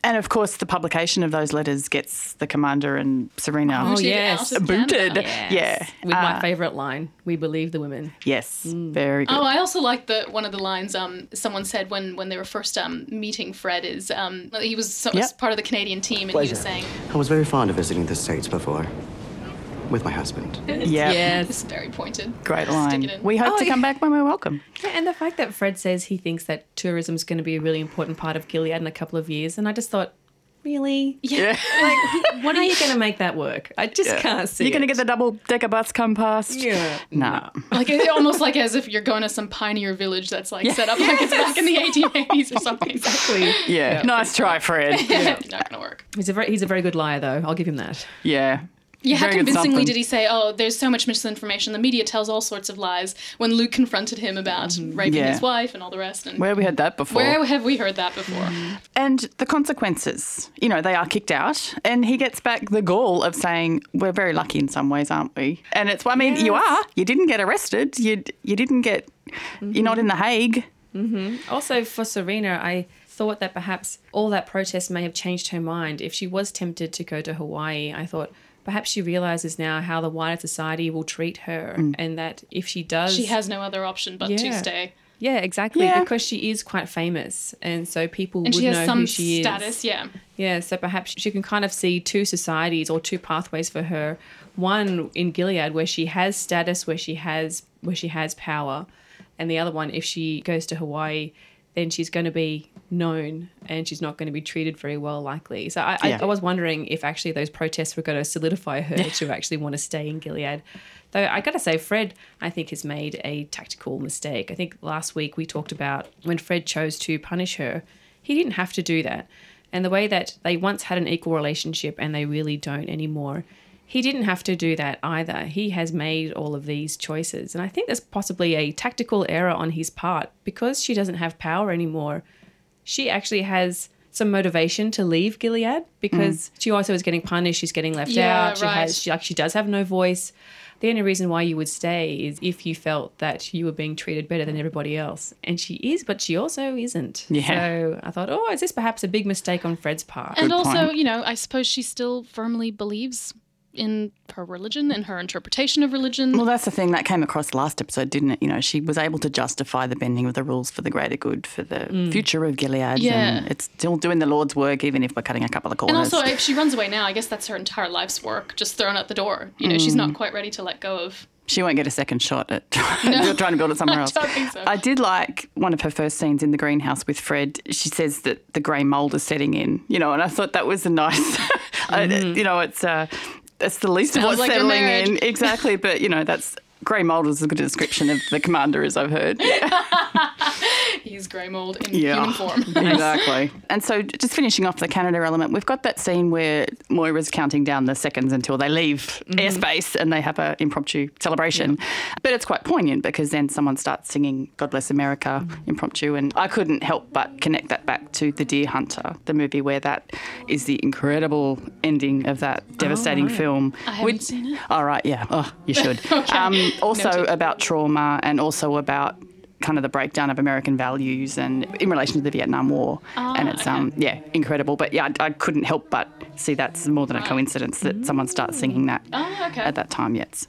[SPEAKER 5] And of course, the publication of those letters gets the commander and Serena
[SPEAKER 7] oh
[SPEAKER 6] Booted
[SPEAKER 7] yes
[SPEAKER 6] out of
[SPEAKER 5] booted.
[SPEAKER 6] Canada.
[SPEAKER 5] Yeah. Uh,
[SPEAKER 7] with my favorite line we believe the women
[SPEAKER 5] Yes. Very good.
[SPEAKER 6] Oh, I also like the one of the lines um, someone said when, when they were first um, meeting Fred is um, he was so,
[SPEAKER 5] Yep.
[SPEAKER 6] part of the Canadian team and he was saying
[SPEAKER 4] I was very fond of visiting the States before with my husband.
[SPEAKER 5] yeah.
[SPEAKER 6] this is very pointed.
[SPEAKER 5] Great
[SPEAKER 6] Stick
[SPEAKER 5] line.
[SPEAKER 6] it in.
[SPEAKER 5] We hope
[SPEAKER 7] Oh,
[SPEAKER 5] to come back when we're welcome.
[SPEAKER 7] [laughs] Yeah, and the fact that Fred says he thinks that tourism is going to be a really important part of Gilead in a couple of years, and I just thought, really,
[SPEAKER 6] Yeah. [laughs]
[SPEAKER 7] like, when are you going to make that work? I just can't see.
[SPEAKER 5] You're going to
[SPEAKER 7] it.
[SPEAKER 5] get the double decker bus come past? [laughs]
[SPEAKER 7] [laughs] Yeah.
[SPEAKER 5] No.
[SPEAKER 6] like it's almost like as if you're going to some pioneer village that's like set up like it's
[SPEAKER 5] [laughs]
[SPEAKER 6] back in the 1880s or something.
[SPEAKER 7] Exactly.
[SPEAKER 5] Yeah. Nice try, Fred.
[SPEAKER 6] [laughs] Not gonna work.
[SPEAKER 7] He's a very he's a very good liar though. I'll give him that.
[SPEAKER 5] yeah.
[SPEAKER 6] Yeah, how
[SPEAKER 5] Very good
[SPEAKER 6] convincingly
[SPEAKER 5] something.
[SPEAKER 6] did he say, "Oh, there's so much misinformation. The media tells all sorts of lies." When Luke confronted him about raping
[SPEAKER 5] Mm-hmm. Yeah.
[SPEAKER 6] his wife and all the rest, and
[SPEAKER 5] Where have we heard that before?
[SPEAKER 6] where have we heard that before?
[SPEAKER 5] And the consequences, you know, they are kicked out. And he gets back the gall of saying, We're very lucky in some ways, aren't we? And it's, well, I mean, you are. You didn't get arrested. You, you didn't get, you're not in The Hague.
[SPEAKER 7] Also for Serena, I thought that perhaps all that protest may have changed her mind. If she was tempted to go to Hawaii, I thought perhaps she realizes now how the wider society will treat her and that if she does
[SPEAKER 6] Mm. She has no other option but to
[SPEAKER 7] Yeah.
[SPEAKER 6] stay,
[SPEAKER 7] Yeah, exactly.
[SPEAKER 5] Yeah.
[SPEAKER 7] Because she is quite famous and so people
[SPEAKER 6] and
[SPEAKER 7] would
[SPEAKER 6] she
[SPEAKER 7] know
[SPEAKER 6] has
[SPEAKER 7] who
[SPEAKER 6] some
[SPEAKER 7] she
[SPEAKER 6] status.
[SPEAKER 7] is.
[SPEAKER 6] Yeah,
[SPEAKER 7] Yeah, so perhaps she can kind of see two societies or two pathways for her. One in Gilead where she has status, where she has where she has power, and the other one if she goes to Hawaii, then she's going to be known and she's not going to be treated very well likely. So I,
[SPEAKER 5] Yeah.
[SPEAKER 7] I, I was wondering if actually those protests were going to solidify her to actually want to stay in Gilead. Though I got to say, Fred, I think has made a tactical mistake. I think last week we talked about when Fred chose to punish her, he didn't have to do that. And the way that they once had an equal relationship and they really don't anymore, he didn't have to do that either. He has made all of these choices. And I think there's possibly a tactical error on his part because she doesn't have power anymore. She actually has some motivation to leave Gilead because she also is getting punished. She's getting left
[SPEAKER 6] Mm. Yeah,
[SPEAKER 7] out. She
[SPEAKER 6] right.
[SPEAKER 7] has she, like she does have no voice. The only reason why you would stay is if you felt that you were being treated better than everybody else, and she is, but she also isn't.
[SPEAKER 5] Yeah.
[SPEAKER 7] So I thought, oh, is this perhaps a big mistake on Fred's part?
[SPEAKER 6] and also,
[SPEAKER 5] point.
[SPEAKER 6] you know, I suppose she still firmly believes in her religion and her interpretation of religion.
[SPEAKER 5] Well, that's the thing that came across last episode, didn't it? You know, she was able to justify the bending of the rules for the greater good, for the future of Gilead.
[SPEAKER 6] Mm. Yeah.
[SPEAKER 5] And it's still doing the Lord's work, even if we're cutting a couple of corners.
[SPEAKER 6] and also, if she runs away now, I guess that's her entire life's work just thrown out the door. You know, she's
[SPEAKER 7] Mm.
[SPEAKER 6] not quite ready to let go of.
[SPEAKER 5] she won't get a second shot at [laughs] You're trying to
[SPEAKER 6] [laughs]
[SPEAKER 5] build it somewhere else.
[SPEAKER 6] don't think so.
[SPEAKER 5] I did like one of her first scenes in the greenhouse with Fred. She says that the grey mold is setting in, you know, and I thought that was a nice, [laughs] I- you know, it's uh, it's the least of
[SPEAKER 6] Mm-hmm. Sounds
[SPEAKER 5] what's
[SPEAKER 6] like your
[SPEAKER 5] settling
[SPEAKER 6] marriage.
[SPEAKER 5] in, exactly. But you know, that's grey mold is as good a description of the commander as I've
[SPEAKER 6] [laughs]
[SPEAKER 5] heard.
[SPEAKER 6] He's grey mold in
[SPEAKER 5] Yeah.
[SPEAKER 6] human
[SPEAKER 5] [laughs]
[SPEAKER 7] [laughs]
[SPEAKER 6] form.
[SPEAKER 5] exactly. And so, just finishing off the Canada element, we've got that scene where Moira's counting down the seconds until they leave airspace and they have an impromptu celebration. But it's quite poignant because then someone starts singing God Bless America impromptu. And I couldn't help but connect that back to The Deer Hunter, the movie where that is the incredible ending of that devastating film. Oh, I
[SPEAKER 6] haven't seen it.
[SPEAKER 5] All right, yeah. Oh, you
[SPEAKER 6] [laughs]
[SPEAKER 5] should. um, also
[SPEAKER 6] Noted.
[SPEAKER 5] about trauma and also about kind of the breakdown of American values and in relation to the Vietnam War.
[SPEAKER 6] Ah,
[SPEAKER 5] and it's, um, yeah, incredible. But yeah, I, I couldn't help but see that's more than a coincidence that someone starts singing that
[SPEAKER 6] Oh, Mm-hmm. okay.
[SPEAKER 5] at that time. Yet,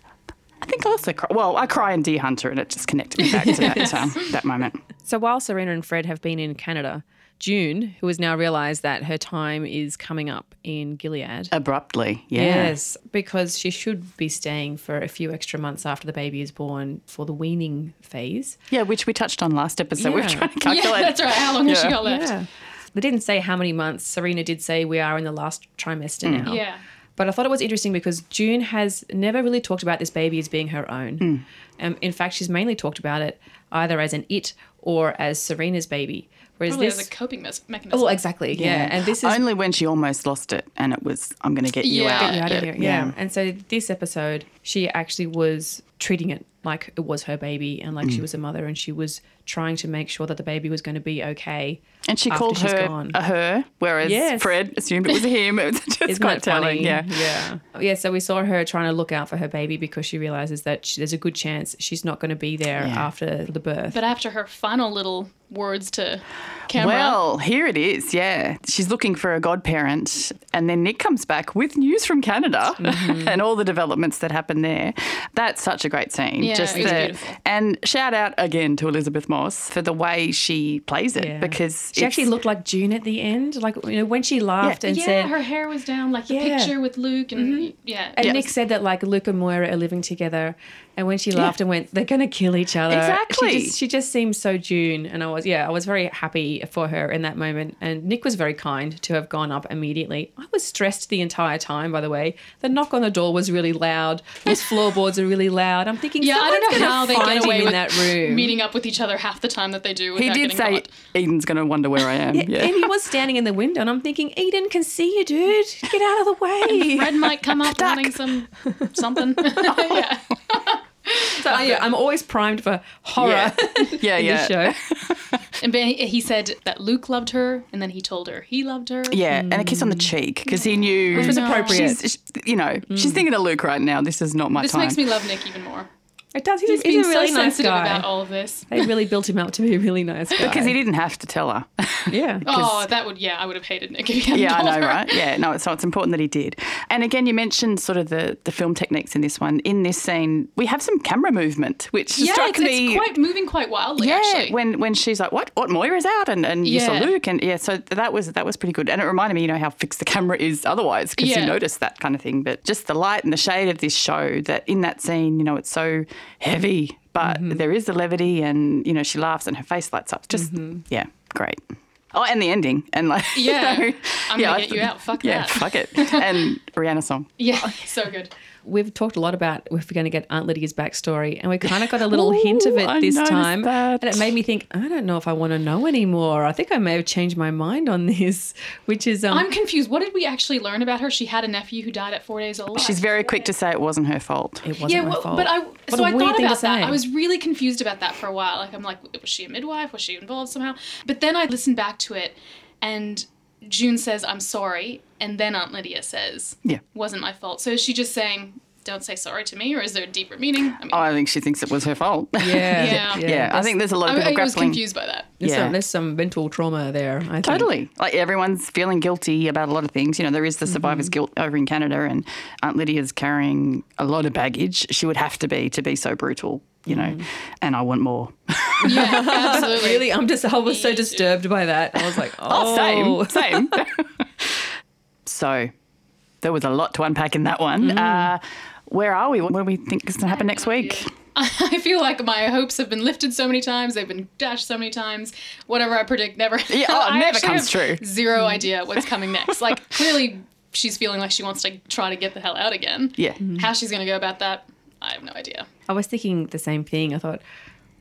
[SPEAKER 5] I think I also cry. Well, I cry in Deer Hunter and it just connected me back to
[SPEAKER 6] [laughs]
[SPEAKER 5] that, um, that moment.
[SPEAKER 7] So while Serena and Fred have been in Canada, June, who has now realised that her time is coming up in Gilead.
[SPEAKER 5] Abruptly, yeah.
[SPEAKER 7] Yes, because she should be staying for a few extra months after the baby is born for the weaning phase.
[SPEAKER 5] Yeah, which we touched on last episode. We were
[SPEAKER 7] Yeah.
[SPEAKER 5] trying to
[SPEAKER 6] [laughs] yeah,
[SPEAKER 5] calculate.
[SPEAKER 6] that's right. How long has she
[SPEAKER 5] Yeah.
[SPEAKER 6] got left?
[SPEAKER 7] They didn't say how many months. Serena did say we are in the last trimester
[SPEAKER 5] Mm.
[SPEAKER 7] now.
[SPEAKER 6] Yeah.
[SPEAKER 7] But I thought it was interesting because June has never really talked about this baby as being her own.
[SPEAKER 5] Mm.
[SPEAKER 7] Um, in fact, she's mainly talked about it either as an it or as Serena's baby. Whereas
[SPEAKER 6] Probably
[SPEAKER 7] this,
[SPEAKER 6] as a coping mes- mechanism.
[SPEAKER 7] oh, exactly, yeah. And this is
[SPEAKER 5] Only when she almost lost it and it was, I'm going to get you
[SPEAKER 6] Yeah.
[SPEAKER 5] out.
[SPEAKER 6] Get you
[SPEAKER 7] Yeah, I did hear-
[SPEAKER 5] Yeah.
[SPEAKER 7] yeah. And so this episode, she actually was treating it like it was her baby and
[SPEAKER 5] Mm.
[SPEAKER 7] like she was a mother and she was trying to make sure that the baby was going to be okay.
[SPEAKER 5] And she
[SPEAKER 7] after
[SPEAKER 5] called
[SPEAKER 7] she's
[SPEAKER 5] her
[SPEAKER 7] gone.
[SPEAKER 5] a her, whereas
[SPEAKER 7] Yes.
[SPEAKER 5] Fred assumed it was a him. [laughs] It was just quite
[SPEAKER 7] that
[SPEAKER 5] telling.
[SPEAKER 7] funny?
[SPEAKER 5] Yeah.
[SPEAKER 7] yeah, yeah. So we saw her trying to look out for her baby because she realizes that she, there's a good chance she's not going to be there
[SPEAKER 5] Yeah.
[SPEAKER 7] after the birth.
[SPEAKER 6] But after her final little words to camera,
[SPEAKER 5] Well, here it is. Yeah. She's looking for a godparent. And then Nick comes back with news from Canada [laughs]
[SPEAKER 7] Mm-hmm.
[SPEAKER 5] and all the developments that happened there. That's such a great scene.
[SPEAKER 6] Yeah, it was beautiful.
[SPEAKER 5] And shout out again to Elizabeth Moss for the way she plays it
[SPEAKER 7] Yeah.
[SPEAKER 5] because
[SPEAKER 7] she actually
[SPEAKER 5] it's-
[SPEAKER 7] looked like June at the end, like you know when she laughed and
[SPEAKER 6] yeah,
[SPEAKER 7] said,
[SPEAKER 6] her hair was down, like the
[SPEAKER 7] Yeah. Mm-hmm.
[SPEAKER 6] picture with Luke, and yeah,
[SPEAKER 7] And Nick said that like Luke and Moira are living together, and when she laughed and went, "They're gonna kill each other."
[SPEAKER 5] Exactly.
[SPEAKER 7] She just, she just seemed so June, and I was yeah, I was very happy for her in that moment. And Nick was very kind to have gone up immediately. I was stressed the entire time, by the way. The knock on the door was really loud. His floorboards are really loud. I'm thinking,
[SPEAKER 6] yeah. I don't know
[SPEAKER 7] "Someone's
[SPEAKER 6] how
[SPEAKER 7] gonna
[SPEAKER 6] they
[SPEAKER 7] find
[SPEAKER 6] get
[SPEAKER 7] him
[SPEAKER 6] away
[SPEAKER 7] in
[SPEAKER 6] with
[SPEAKER 7] that room.
[SPEAKER 6] meeting up with each other half the time that they do.
[SPEAKER 5] He
[SPEAKER 6] Without
[SPEAKER 5] did
[SPEAKER 6] getting
[SPEAKER 5] say,
[SPEAKER 6] caught.
[SPEAKER 5] Eden's going to wonder where I
[SPEAKER 7] [laughs]
[SPEAKER 5] am. yeah.
[SPEAKER 7] And he was standing in the window, and I'm thinking, Eden can see you, dude. Get out of the way.
[SPEAKER 6] Fred might come up wanting some
[SPEAKER 5] [laughs]
[SPEAKER 6] something. [laughs] yeah.
[SPEAKER 7] So, yeah, I'm always primed for horror
[SPEAKER 5] [laughs] Yeah. Yeah,
[SPEAKER 7] [laughs] in
[SPEAKER 5] yeah.
[SPEAKER 7] this show.
[SPEAKER 6] And but he he said that Luke loved her, and then he told her he loved her.
[SPEAKER 5] Yeah, and a kiss on the cheek because he knew
[SPEAKER 7] Mm. Which was appropriate.
[SPEAKER 5] She's, you know, she's thinking of Luke right now. This is not my
[SPEAKER 6] Mm. This
[SPEAKER 5] time.
[SPEAKER 6] makes me love Nick even more.
[SPEAKER 7] It does.
[SPEAKER 6] He's
[SPEAKER 7] He's, he's
[SPEAKER 6] being
[SPEAKER 7] a really
[SPEAKER 6] so
[SPEAKER 7] nice
[SPEAKER 6] sensitive
[SPEAKER 7] guy.
[SPEAKER 6] about all of this.
[SPEAKER 7] They really built him up to be a really
[SPEAKER 6] [laughs]
[SPEAKER 7] nice guy.
[SPEAKER 5] because he didn't have to tell her. [laughs]
[SPEAKER 7] yeah.
[SPEAKER 6] Oh, that would yeah, I would have hated Nick if he hadn't
[SPEAKER 5] yeah, I
[SPEAKER 6] told
[SPEAKER 5] know,
[SPEAKER 6] her.
[SPEAKER 5] right? Yeah, no. So it's important that he did. And again, you mentioned sort of the the film techniques in this one. In this scene, we have some camera movement, which
[SPEAKER 6] Yeah,
[SPEAKER 5] struck
[SPEAKER 6] it's,
[SPEAKER 5] me.
[SPEAKER 6] it's quite moving quite wildly.
[SPEAKER 5] yeah,
[SPEAKER 6] actually.
[SPEAKER 5] when when she's like, "What? What? Moira's out," and, and you saw
[SPEAKER 6] Yeah.
[SPEAKER 5] Luke, and yeah, so that was that was pretty good, and it reminded me, you know, how fixed the camera is otherwise because
[SPEAKER 6] Yeah.
[SPEAKER 5] you notice that kind of thing, but just the light and the shade of this show that in that scene, you know, it's so heavy, but
[SPEAKER 6] Mm-hmm.
[SPEAKER 5] there is the levity, and you know, she laughs and her face lights up. Just yeah, great. Oh, and the ending, and like [laughs]
[SPEAKER 6] Mm-hmm. Yeah.
[SPEAKER 5] you know,
[SPEAKER 6] I'm gonna get you out. Fuck
[SPEAKER 5] yeah,
[SPEAKER 6] that.
[SPEAKER 5] fuck
[SPEAKER 6] [laughs]
[SPEAKER 5] it, and Rihanna song.
[SPEAKER 6] yeah, [laughs] so good.
[SPEAKER 7] We've talked a lot about if we're going to get Aunt Lydia's backstory, and we kind of got a little hint of
[SPEAKER 5] Ooh,
[SPEAKER 7] it
[SPEAKER 5] I
[SPEAKER 7] this
[SPEAKER 5] noticed
[SPEAKER 7] time.
[SPEAKER 5] that.
[SPEAKER 7] And it made me think, I don't know if I want to know anymore. I think I may have changed my mind on [laughs] this, which is um,
[SPEAKER 6] I'm confused. What did we actually learn about her? She had a nephew who died at four days old.
[SPEAKER 5] She's very quick to say it wasn't her fault.
[SPEAKER 7] it wasn't
[SPEAKER 6] yeah,
[SPEAKER 7] my
[SPEAKER 6] well,
[SPEAKER 7] fault.
[SPEAKER 6] but I
[SPEAKER 7] What
[SPEAKER 6] so
[SPEAKER 7] a
[SPEAKER 6] I
[SPEAKER 7] weird
[SPEAKER 6] thought
[SPEAKER 7] thing to
[SPEAKER 6] about that.
[SPEAKER 7] say.
[SPEAKER 6] I
[SPEAKER 7] [laughs]
[SPEAKER 6] was really confused about that for a while. Like I'm like, was she a midwife? Was she involved somehow? But then I listened back to it, and June says, I'm sorry. And then Aunt Lydia says,
[SPEAKER 5] Yeah.
[SPEAKER 6] Wasn't my fault. So is she just saying, don't say sorry to me? Or is there a deeper meaning? I mean,
[SPEAKER 5] Oh, I think she thinks it was her fault.
[SPEAKER 6] Yeah.
[SPEAKER 5] [laughs] yeah. I think there's a lot of
[SPEAKER 6] I,
[SPEAKER 5] people
[SPEAKER 6] I was
[SPEAKER 5] grappling.
[SPEAKER 6] confused by that.
[SPEAKER 7] There's,
[SPEAKER 5] Yeah.
[SPEAKER 7] some, there's some mental trauma there. I think.
[SPEAKER 5] Totally. Like everyone's feeling guilty about a lot of things. You know, there is the survivor's guilt over in Canada, and Aunt Lydia's carrying a lot of baggage. She would have to be to be so brutal, you know, and I want more. [laughs]
[SPEAKER 6] Yeah, absolutely.
[SPEAKER 7] [laughs] Really, I'm just. I was so disturbed by that. I
[SPEAKER 6] [laughs]
[SPEAKER 7] was like, oh,
[SPEAKER 5] Oh, same, [laughs] same. so there was a lot to unpack in that one. Uh, where are we? What do we think is going to happen next week?
[SPEAKER 6] I feel like my hopes have been lifted so many times, they've been dashed so many times. Whatever I predict never
[SPEAKER 5] Yeah, oh, it
[SPEAKER 6] [laughs] I
[SPEAKER 5] never
[SPEAKER 6] actually
[SPEAKER 5] comes
[SPEAKER 6] have
[SPEAKER 5] true.
[SPEAKER 6] Zero idea what's coming next. Like clearly she's feeling like she wants to try to get the hell out again.
[SPEAKER 5] Yeah.
[SPEAKER 6] How she's gonna go about that, I have no idea.
[SPEAKER 7] I was thinking the same thing. I thought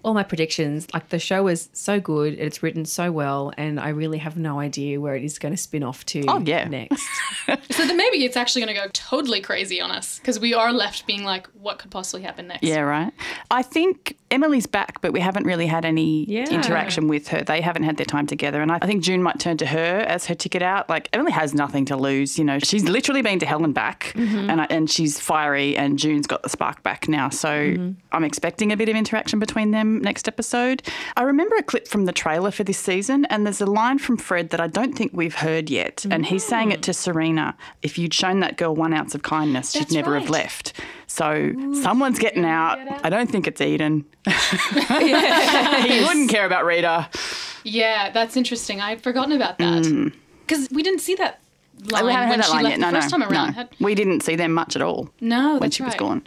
[SPEAKER 7] all my predictions, like the show is so good, it's written so well, and I really have no idea where it is going to spin off to.
[SPEAKER 5] Oh, yeah. [laughs]
[SPEAKER 7] next.
[SPEAKER 6] So then maybe it's actually gonna go totally crazy on us because we are left being like, what could possibly happen next?
[SPEAKER 5] Yeah, right. I think Emily's back, but we haven't really had any
[SPEAKER 7] Yeah.
[SPEAKER 5] interaction with her. They haven't had their time together. And I I think June might turn to her as her ticket out. Like, Emily has nothing to lose. You know, she's literally been to hell and back, and, I, and she's fiery, and June's got the spark back now. So I'm expecting a bit of interaction between them next episode. I remember a clip from the trailer for this season, and there's a line from Fred that I don't think we've heard yet. And he's saying it to Serena if you'd shown that girl one ounce of kindness, she'd
[SPEAKER 6] That's
[SPEAKER 5] never have
[SPEAKER 6] right.
[SPEAKER 5] left left. So someone's getting out. I don't think it's Eden. [laughs] he wouldn't care about Rita.
[SPEAKER 6] Yeah, that's interesting. I'd forgotten about that. Because we didn't see that line
[SPEAKER 5] Mm. we haven't
[SPEAKER 6] when
[SPEAKER 5] heard that
[SPEAKER 6] she
[SPEAKER 5] line
[SPEAKER 6] left
[SPEAKER 5] yet.
[SPEAKER 6] the
[SPEAKER 5] No,
[SPEAKER 6] first
[SPEAKER 5] no,
[SPEAKER 6] time around.
[SPEAKER 5] no.
[SPEAKER 6] Had-
[SPEAKER 5] We didn't see them much at all
[SPEAKER 6] No,
[SPEAKER 5] when
[SPEAKER 6] that's
[SPEAKER 5] she was
[SPEAKER 6] right.
[SPEAKER 5] gone.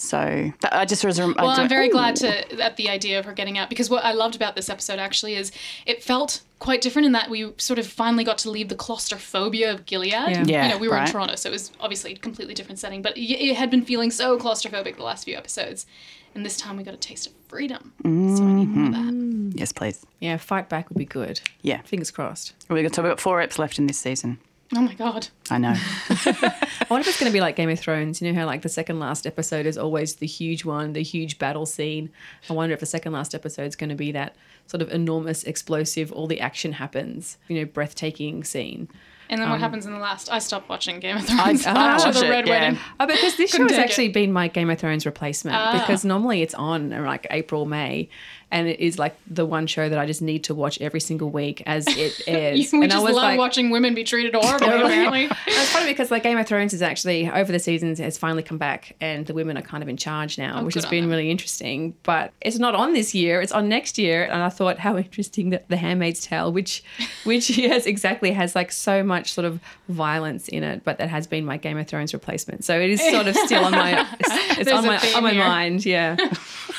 [SPEAKER 5] So that, I just was. rem- I
[SPEAKER 6] Well, I'm
[SPEAKER 5] don't-
[SPEAKER 6] very glad
[SPEAKER 5] Ooh.
[SPEAKER 6] to at the idea of her getting out because what I loved about this episode actually is it felt quite different in that we sort of finally got to leave the claustrophobia of Gilead.
[SPEAKER 5] Yeah,
[SPEAKER 6] you know, we were
[SPEAKER 5] right.
[SPEAKER 6] in Toronto, so it was obviously a completely different setting, but it, it had been feeling so claustrophobic the last few episodes, and this time we got a taste of freedom. So I need more of
[SPEAKER 5] Mm-hmm.
[SPEAKER 6] that.
[SPEAKER 5] Yes, please.
[SPEAKER 7] yeah, fight back would be good.
[SPEAKER 5] Yeah.
[SPEAKER 7] Fingers crossed.
[SPEAKER 5] We've got, so we've got four eps left in this season.
[SPEAKER 6] Oh my god!
[SPEAKER 5] I know.
[SPEAKER 7] I wonder if it's going to be like Game of Thrones. You know how like the second last episode is always the huge one, the huge battle scene. I wonder if the second last episode is going to be that sort of enormous, explosive, all the action happens, you know, breathtaking scene.
[SPEAKER 6] And then what happens in the last? I stopped watching Game of
[SPEAKER 5] Um, I,
[SPEAKER 6] [laughs] Thrones.
[SPEAKER 5] I
[SPEAKER 6] after
[SPEAKER 5] watch
[SPEAKER 6] the
[SPEAKER 5] it,
[SPEAKER 6] Red
[SPEAKER 5] yeah.
[SPEAKER 6] Wedding.
[SPEAKER 7] Ah. Oh, because this show
[SPEAKER 6] Couldn't
[SPEAKER 7] has
[SPEAKER 6] take Ah.
[SPEAKER 7] actually been my Game of Thrones replacement because normally it's on in like April, May, and it is like the one show that I just need to watch every single week as
[SPEAKER 6] [laughs]
[SPEAKER 7] it
[SPEAKER 6] You-
[SPEAKER 7] airs.
[SPEAKER 6] we
[SPEAKER 7] and
[SPEAKER 6] just
[SPEAKER 7] I was
[SPEAKER 6] love
[SPEAKER 7] like,
[SPEAKER 6] watching women be
[SPEAKER 5] [laughs]
[SPEAKER 6] treated horribly. apparently,
[SPEAKER 7] It's funny because like Game of Thrones is actually over the seasons has finally come back and the women are kind of in charge now, which
[SPEAKER 6] Oh, good
[SPEAKER 7] has
[SPEAKER 6] on
[SPEAKER 7] been
[SPEAKER 6] them.
[SPEAKER 7] really interesting. But it's not on this year; it's on next year. And I thought how interesting that The Handmaid's
[SPEAKER 6] [laughs]
[SPEAKER 7] Tale, which, which yes, exactly has like so much sort of violence in it, but that has been my Game of Thrones replacement. So it is sort of still
[SPEAKER 6] [laughs]
[SPEAKER 7] on my it's, it's
[SPEAKER 6] There's
[SPEAKER 7] on
[SPEAKER 6] a
[SPEAKER 7] my
[SPEAKER 6] theme
[SPEAKER 7] on my
[SPEAKER 6] here.
[SPEAKER 7] mind, yeah.
[SPEAKER 6] [laughs]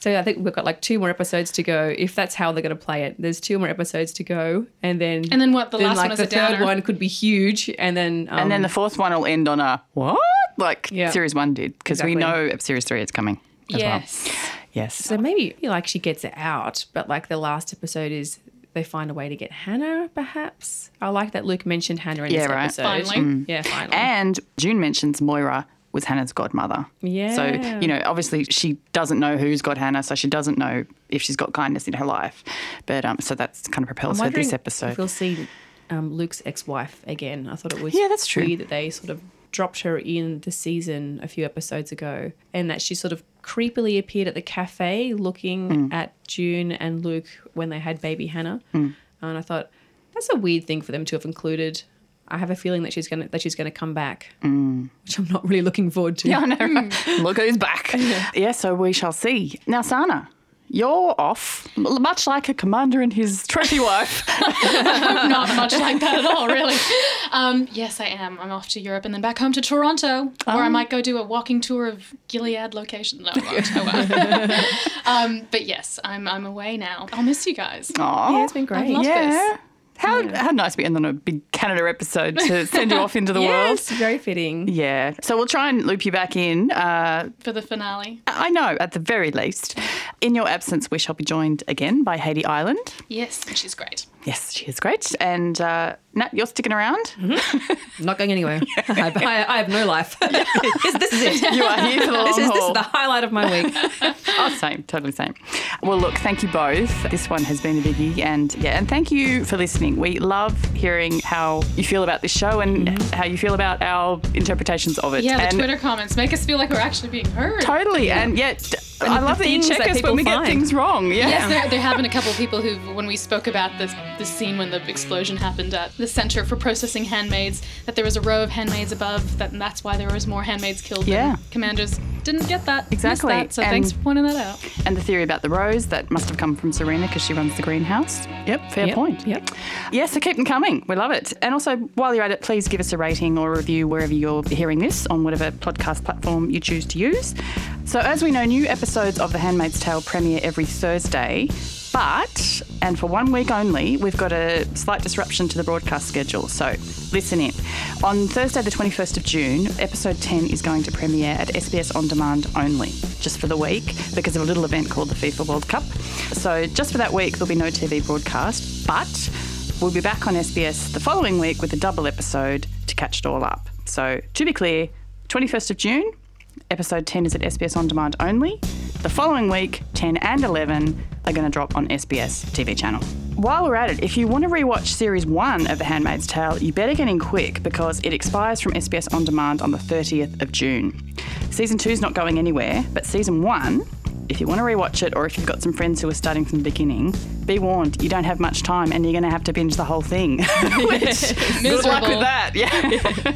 [SPEAKER 7] So I think we've got like two more episodes to go. If that's how they're going to play it, there's two more episodes to go, and then
[SPEAKER 6] And then what, the last
[SPEAKER 7] like
[SPEAKER 6] one is
[SPEAKER 7] the
[SPEAKER 6] a
[SPEAKER 7] third
[SPEAKER 6] downer?
[SPEAKER 7] one could be huge, and then um,
[SPEAKER 5] And then the fourth one will end on a what? Like
[SPEAKER 7] Yeah.
[SPEAKER 5] series one did, because
[SPEAKER 7] Exactly.
[SPEAKER 5] we know series three is coming as
[SPEAKER 6] yes.
[SPEAKER 5] well. Yes.
[SPEAKER 7] so maybe like she gets it out, but like the last episode is they find a way to get Hannah. Perhaps I like that Luke mentioned Hannah in
[SPEAKER 5] Yeah,
[SPEAKER 7] this
[SPEAKER 5] right.
[SPEAKER 7] episode.
[SPEAKER 6] Finally.
[SPEAKER 7] yeah, finally.
[SPEAKER 5] And June mentions Moira was Hannah's godmother.
[SPEAKER 7] Yeah.
[SPEAKER 5] So, you know, obviously she doesn't know who's got Hannah, so she doesn't know if she's got kindness in her life. But um, so that's kind of propels her
[SPEAKER 7] wondering
[SPEAKER 5] this
[SPEAKER 7] If
[SPEAKER 5] episode. [laughs]
[SPEAKER 7] we'll see um, Luke's ex-wife again. I thought it was
[SPEAKER 5] Yeah, that's true.
[SPEAKER 7] weird that they sort of dropped her in the season a few episodes ago, and that she sort of creepily appeared at the cafe
[SPEAKER 5] Mm.
[SPEAKER 7] looking at June and Luke when they had baby Hannah.
[SPEAKER 5] Mm.
[SPEAKER 7] And I thought that's a weird thing for them to have included. I have a feeling that she's gonna that she's gonna come back, which I'm not really looking forward to.
[SPEAKER 5] Mm. I know,
[SPEAKER 7] Hmm.
[SPEAKER 5] right? Look who's back. Yeah. so we shall see. Now, Sana, you're off, l- much like a commander and his trophy wife.
[SPEAKER 6] [laughs] not much like that at all, [laughs] really. Um, yes, I am. I'm off to Europe and then back home to Toronto, where I might go do a walking tour of Gilead locations. No, I won't. I won't. [laughs] um, but yes, I'm I'm away now. I'll miss you guys.
[SPEAKER 5] Aw.
[SPEAKER 7] [laughs] Yeah, it's been great.
[SPEAKER 6] love
[SPEAKER 5] Yeah.
[SPEAKER 6] this.
[SPEAKER 5] How, how nice we end on a big Canada episode to send you off into the world.
[SPEAKER 7] [laughs] Yes, very fitting.
[SPEAKER 5] Yeah. So we'll try and loop you back in uh,
[SPEAKER 6] For the finale.
[SPEAKER 5] I know, at the very least. In your absence, we shall be joined again by Haiti Island.
[SPEAKER 6] Yes, and she's great.
[SPEAKER 5] Yes, she is great. And uh, Nat, you're sticking around.
[SPEAKER 7] Not going anywhere. [laughs] I, I, I have no life. [laughs] this, this is
[SPEAKER 5] [laughs]
[SPEAKER 7] it.
[SPEAKER 5] You are here for the long
[SPEAKER 7] this is this
[SPEAKER 5] haul.
[SPEAKER 7] is the highlight of my week.
[SPEAKER 5] Oh, same, totally same. Well, look, thank you both. This one has been a biggie, and yeah, and thank you for listening. We love hearing how you feel about this show and how you feel about our interpretations of it.
[SPEAKER 6] Yeah, the
[SPEAKER 5] and
[SPEAKER 6] Twitter comments make us feel like we're actually being heard.
[SPEAKER 5] Totally, and yet I
[SPEAKER 7] the
[SPEAKER 5] love that you
[SPEAKER 7] things
[SPEAKER 5] check
[SPEAKER 7] that
[SPEAKER 5] us when
[SPEAKER 7] people
[SPEAKER 5] we get
[SPEAKER 7] find.
[SPEAKER 5] things wrong. Yeah.
[SPEAKER 6] Yes, there, there have been a couple of people who, when we spoke about this, this scene when the explosion happened at the Center for Processing Handmaids, that there was a row of handmaids above, that, and that's why there was more handmaids killed
[SPEAKER 5] Yeah.
[SPEAKER 6] than commandos. Didn't get that. Missed
[SPEAKER 5] Exactly,
[SPEAKER 6] that, so
[SPEAKER 5] and-
[SPEAKER 6] thanks for pointing that out.
[SPEAKER 5] And the theory about the rose that must have come from Serena because she runs the greenhouse. Yep, fair
[SPEAKER 7] Yep,
[SPEAKER 5] point.
[SPEAKER 7] Yep.
[SPEAKER 5] Yeah, so keep them coming. We love it. And also, while you're at it, please give us a rating or a review wherever you're hearing this on whatever podcast platform you choose to use. So, as we know, new episodes of The Handmaid's Tale premiere every Thursday. But, and for one week only, we've got a slight disruption to the broadcast schedule. So, listen in. On Thursday, the 21st of June, episode 10 is going to premiere at SBS On Demand only, just for the week, because of a little event called the FIFA World Cup. So, just for that week, there'll be no TV broadcast. But, We'll be back on SBS the following week with a double episode to catch it all up. So, to be clear, 21st of June, episode 10 is at SBS On Demand only. The following week, 10 and 11 are going to drop on SBS TV channel. While we're at it, if you want to rewatch series one of The Handmaid's Tale, you better get in quick because it expires from SBS On Demand on the 30th of June. Season two's not going anywhere, but season one if you want to rewatch it or if you've got some friends who are starting from the beginning, be warned, you don't have much time and you're going to have to binge the whole thing. [laughs] Which, good luck with
[SPEAKER 6] Miserable.
[SPEAKER 5] that. Yeah.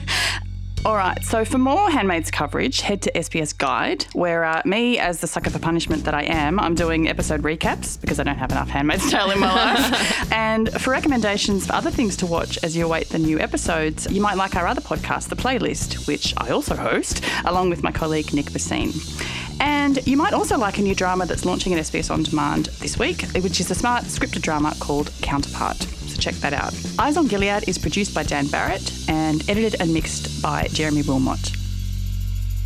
[SPEAKER 5] All right, so for more Handmaid's coverage, head to SBS Guide, where uh, me, as the sucker for punishment that I am, I'm doing episode recaps because I don't have enough Handmaid's Tale in my life. and for recommendations for other things to watch as you await the new episodes, you might like our other podcast, The Playlist, which I also host, along with my colleague Nick Bassine. And you might also like a new drama that's launching at SBS On Demand this week, which is a smart scripted drama called Counterpart. So check that out. Eyes on Gilead is produced by Dan Barrett and edited and mixed by Jeremy Wilmot.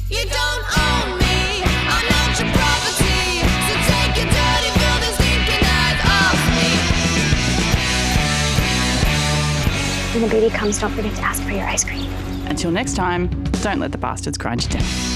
[SPEAKER 3] You don't own me, I'm not your property. So take your dirty, filthy, stinking eyes off me.
[SPEAKER 9] When the baby comes, don't forget to ask for your ice cream.
[SPEAKER 5] Until next time, don't let the bastards grind you down.